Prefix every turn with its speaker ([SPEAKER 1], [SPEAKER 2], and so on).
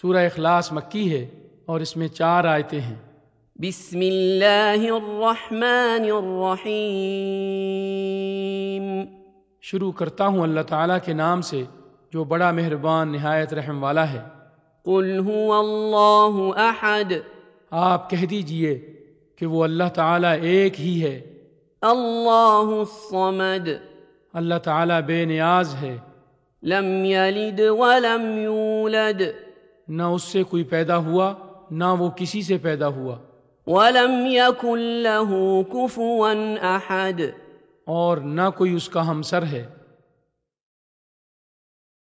[SPEAKER 1] سورہ اخلاص مکی ہے اور اس میں چار آیتیں ہیں
[SPEAKER 2] بسم اللہ الرحمن الرحیم
[SPEAKER 1] شروع کرتا ہوں اللہ تعالیٰ کے نام سے جو بڑا مہربان نہایت رحم والا ہے
[SPEAKER 2] قل هو اللہ احد
[SPEAKER 1] آپ کہہ دیجئے کہ وہ اللہ تعالیٰ ایک ہی ہے
[SPEAKER 2] اللہ الصمد
[SPEAKER 1] اللہ تعالیٰ بے نیاز ہے
[SPEAKER 2] لم یلد ولم یولد
[SPEAKER 1] نہ اس سے کوئی پیدا ہوا نہ وہ کسی سے پیدا ہوا
[SPEAKER 2] ولم يكن له كفوا احد
[SPEAKER 1] اور نہ کوئی اس کا ہمسر ہے